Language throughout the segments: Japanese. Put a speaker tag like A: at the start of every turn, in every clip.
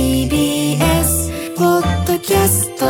A: TBS ポッドキャスト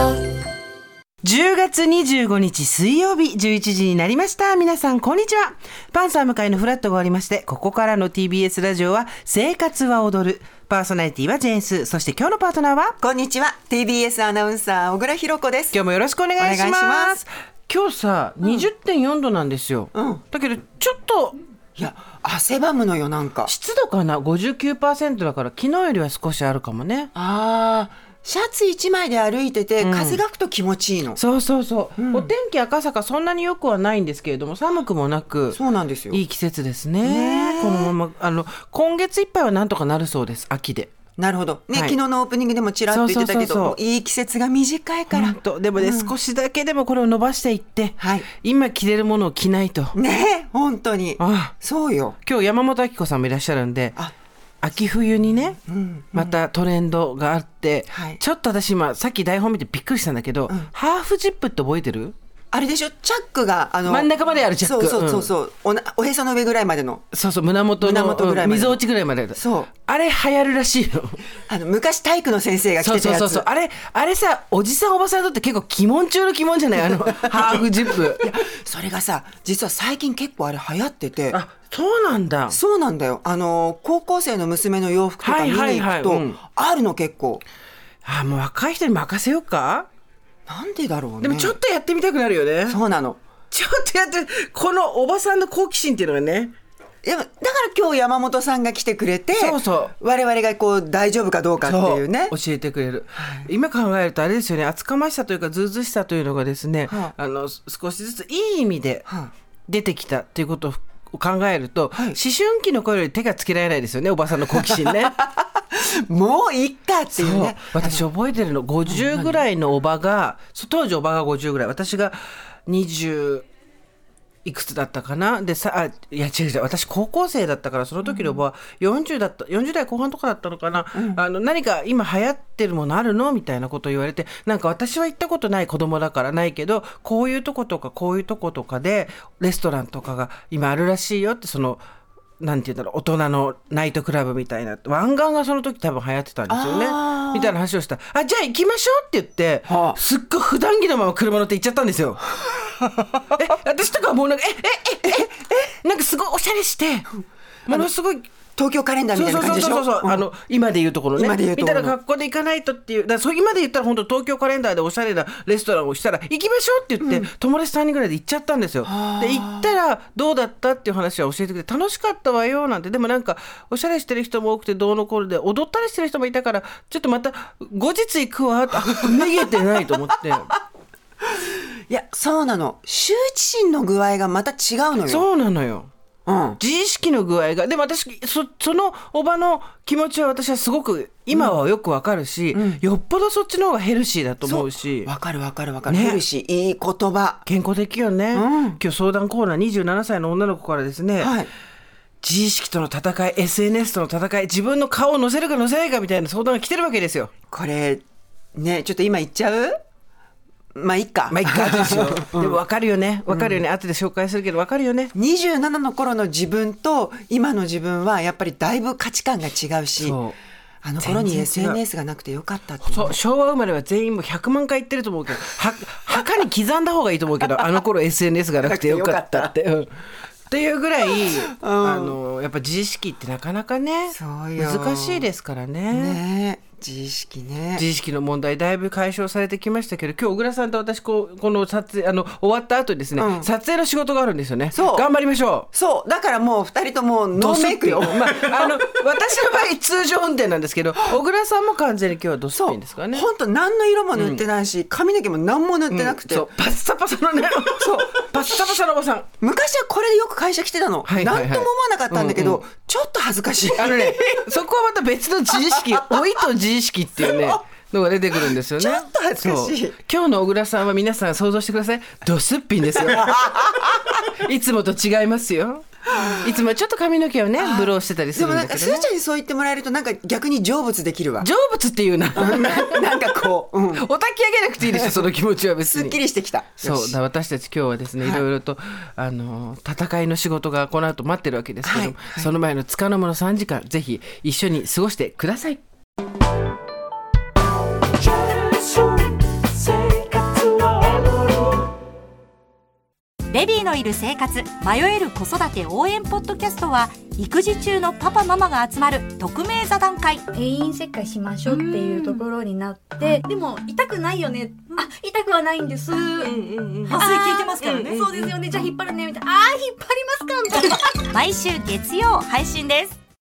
B: 10月25日水曜日11時になりました。皆さん、こんにちは。パンサー向かいのフラットがありまして、ここからの TBS ラジオは、生活は踊る。パーソナリティはジェーンス。そして今日のパートナーは、
C: こんにちは TBS アナウンサー小倉弘子です
B: 今日もよろしくお願いします。
C: お願いします
B: 今日さ、20.4度なんですよ。
C: うん
B: だけど、ちょっと、
C: いや汗ばむのよなんか
B: 湿度かな ?59% だから、昨日よりは少しあるかもね。
C: あーシャツ一枚で歩いてて、風が吹くと気持ちいいのそ
B: そうそうそう。お天気赤坂そんなによくはないんですけれども、寒くもなく。
C: うなんですよ
B: いい季節ですね
C: ねえ
B: このままあの今月いっぱいはなんとかなるそうです秋で。
C: なるほどね、
B: はい
C: 昨日のオープニングでもちらっと言ってた
B: そうそう
C: けど
B: そうそう
C: もういい季節が短いから
B: 本当でもね、少しだけでもこれを伸ばしていって、
C: はい
B: 今着れるものを着ないと、
C: ねえ本当に
B: ああ
C: そうよ
B: 今日山本明子さんもいらっしゃるんで
C: あ
B: 秋冬にね、
C: ん
B: またトレンドがあって、
C: はい
B: ちょっと私今さっき台本見てびっくりしたんだけど、ハーフジップって覚えてる
C: あれでしょチャックがあの
B: 真ん中まであるチャック
C: そうそうそうそう、おなおへその上ぐらいまでの
B: そうそう胸元の
C: 胸元ぐらいまで
B: うん溝落ちぐらいまでだ
C: そう
B: あれ流行るらしいよ
C: あの昔体育の先生が着
B: そう
C: てた
B: そう
C: やつ
B: そうそうあれあれさおじさんおばさんにとって結構鬼門中の鬼門じゃないあ のハーフジップ
C: それがさ実は最近結構あれ流行ってて
B: あそうなんだ
C: そうなんだよ。あの、高校生の娘の洋服とか見に
B: はいはいはい
C: 行くと
B: うん、
C: あるの結構。
B: あもう若い人に任せようか
C: なんでだろうね。
B: でもちょっとやってみたくなるよね
C: そうなの。
B: ちょっとやってこのおばさんの好奇心っていうのがね
C: でもだから今日山本さんが来てくれて、
B: そうそう
C: 我々がこう大丈夫かどうかっていうね。
B: 教えてくれる、今考えるとあれですよね厚かましさというかずうずうしさというのがですね、
C: は
B: あの少しずついい意味で
C: はあ
B: 出てきたっていうことを考えると、
C: はい
B: 思春期の頃より手がつけられないですよねおばさんの好奇心 ね。
C: もういっかっていう
B: そう
C: ね。
B: 私覚えてるの50ぐらいのおばがそう当時おばが50ぐらい私が20いくつだったかなでさあいや違う違う私高校生だったからその時のおばは40だった40代後半とかだったのかな、あの何か今流行ってるものあるのみたいなこと言われてなんか私は行ったことない子供だからないけどこういうとことかこういうとことかでレストランとかが今あるらしいよってその。なんて言うんだろう大人のナイトクラブみたいな湾岸がその時多分流行ってたんですよね
C: あー
B: みたいな話をしたらあじゃあ行きましょう」って言って、
C: はあ
B: すっごい普段着のまま車乗って行っちゃったんです よ。え私とかもうなんか「えええええなんかすごいおしゃれしてものすごい。
C: 東京カレンダーみ
B: そう
C: たい
B: そ
C: な
B: うそう
C: 感じでしょ。
B: そうそう、
C: うん
B: あの今で言うところね
C: 今で言うところ
B: みたいな格好で行かないとっていうだからそう今で言ったら本当東京カレンダーでおしゃれなレストランをしたら行きましょうって言って、友達3人ぐらいで行っちゃったんですよで
C: あー
B: 行ったらどうだったっていう話は教えてくれて楽しかったわよなんてでもなんかおしゃれしてる人も多くてどうのこうので踊ったりしてる人もいたからちょっとまた後日行くわ ってあめげてないと思って
C: いや、そうなの。羞恥心の具合がまた違うのよ。
B: そうなのよ
C: うん。
B: 自意識の具合がでも私そそのおばの気持ちは私はすごく今はよくわかるし、よっぽどそっちの方がヘルシーだと思うし
C: わかるわかるわかる。
B: ね
C: ヘルシー、いい言葉。
B: 健康的よね、
C: ん
B: 今日相談コーナー27歳の女の子からですね、
C: はい。
B: 自意識との戦い SNS との戦い自分の顔を載せるか載せないかみたいな相談が来てるわけですよ。
C: これ、ね、ちょっと今言っちゃうまあ、いっか。
B: まあ、一 回後ですよでもわかるよねわかるよね、後で紹介するけどわかるよね。
C: 27の頃の自分と今の自分はやっぱりだいぶ価値観が違うし
B: そう
C: あの頃に
B: 全然違う
C: SNS がなくてよかったっていう
B: そう昭和生まれは全員もう100万回言ってると思うけどは墓に刻んだ方がいいと思う けどあの頃 SNS がなくてよかったって。うんっていうぐら い、あのやっぱ自意識ってなかなかね
C: そうよ
B: 難しいですからね
C: ねえ自意識ね
B: 自意識の問題だいぶ解消されてきましたけど今日小倉さんと私こうこの撮影あの終わった後にですね、
C: うん
B: 撮影の仕事があるんですよね
C: そう
B: 頑張りましょう
C: そうだからもう2人ともノーメイクよ
B: ドスッピンまあ、あの私の場合通常運転なんですけど小倉さんも完全に今日はドス
C: そう
B: ピンですからね
C: 本当何の色も塗ってないし、髪の毛も何も塗ってなくて、
B: そうパッサパサのね そうパッサパサのおばさん
C: 昔はこれでよく会社来てたの、
B: はいはいはい
C: 何とも思わなかったんだけど、ちょっと恥ずかしい
B: あの ねそこはまた別の自意識老いと自意識っていうねのが出てくるんですよね
C: ちょっと恥ずかしい
B: そう今日の小倉さんは皆さん想像してくださいドスッピンです よいつもと違いますよいつもはちょっと髪の毛をねブローしてたりす
C: で
B: るん
C: も
B: だ
C: なんか
B: け
C: す
B: ど、
C: ー
B: ね
C: ち、ゃんにそう言ってもらえるとなんか逆に成仏でき るわ
B: 成仏って いうな
C: なんかこう、うん、
B: お焚き上げなくていいでしょその気持ちは別に
C: すっきりしてきた
B: そう
C: よ
B: だ
C: し
B: から私たち今日はですね、い、ろいろとあの戦いの仕事がこの後待ってるわけですけども、
C: はいはい
B: その前のつかの間の3時間ぜひ一緒に過ごしてください。
D: ベビーのいる生活迷える子育て応援ポッドキャストは育児中のパパママが集まる匿名座談会
E: 定員切開しましょうっていうところになって、でも痛くないよね、あ痛くはないんです、
D: 麻酔効いてますからね
E: うんそうですよねじゃあ引っ張るねみたいなあー引っ張りますかみたいな
D: 毎週月曜配信です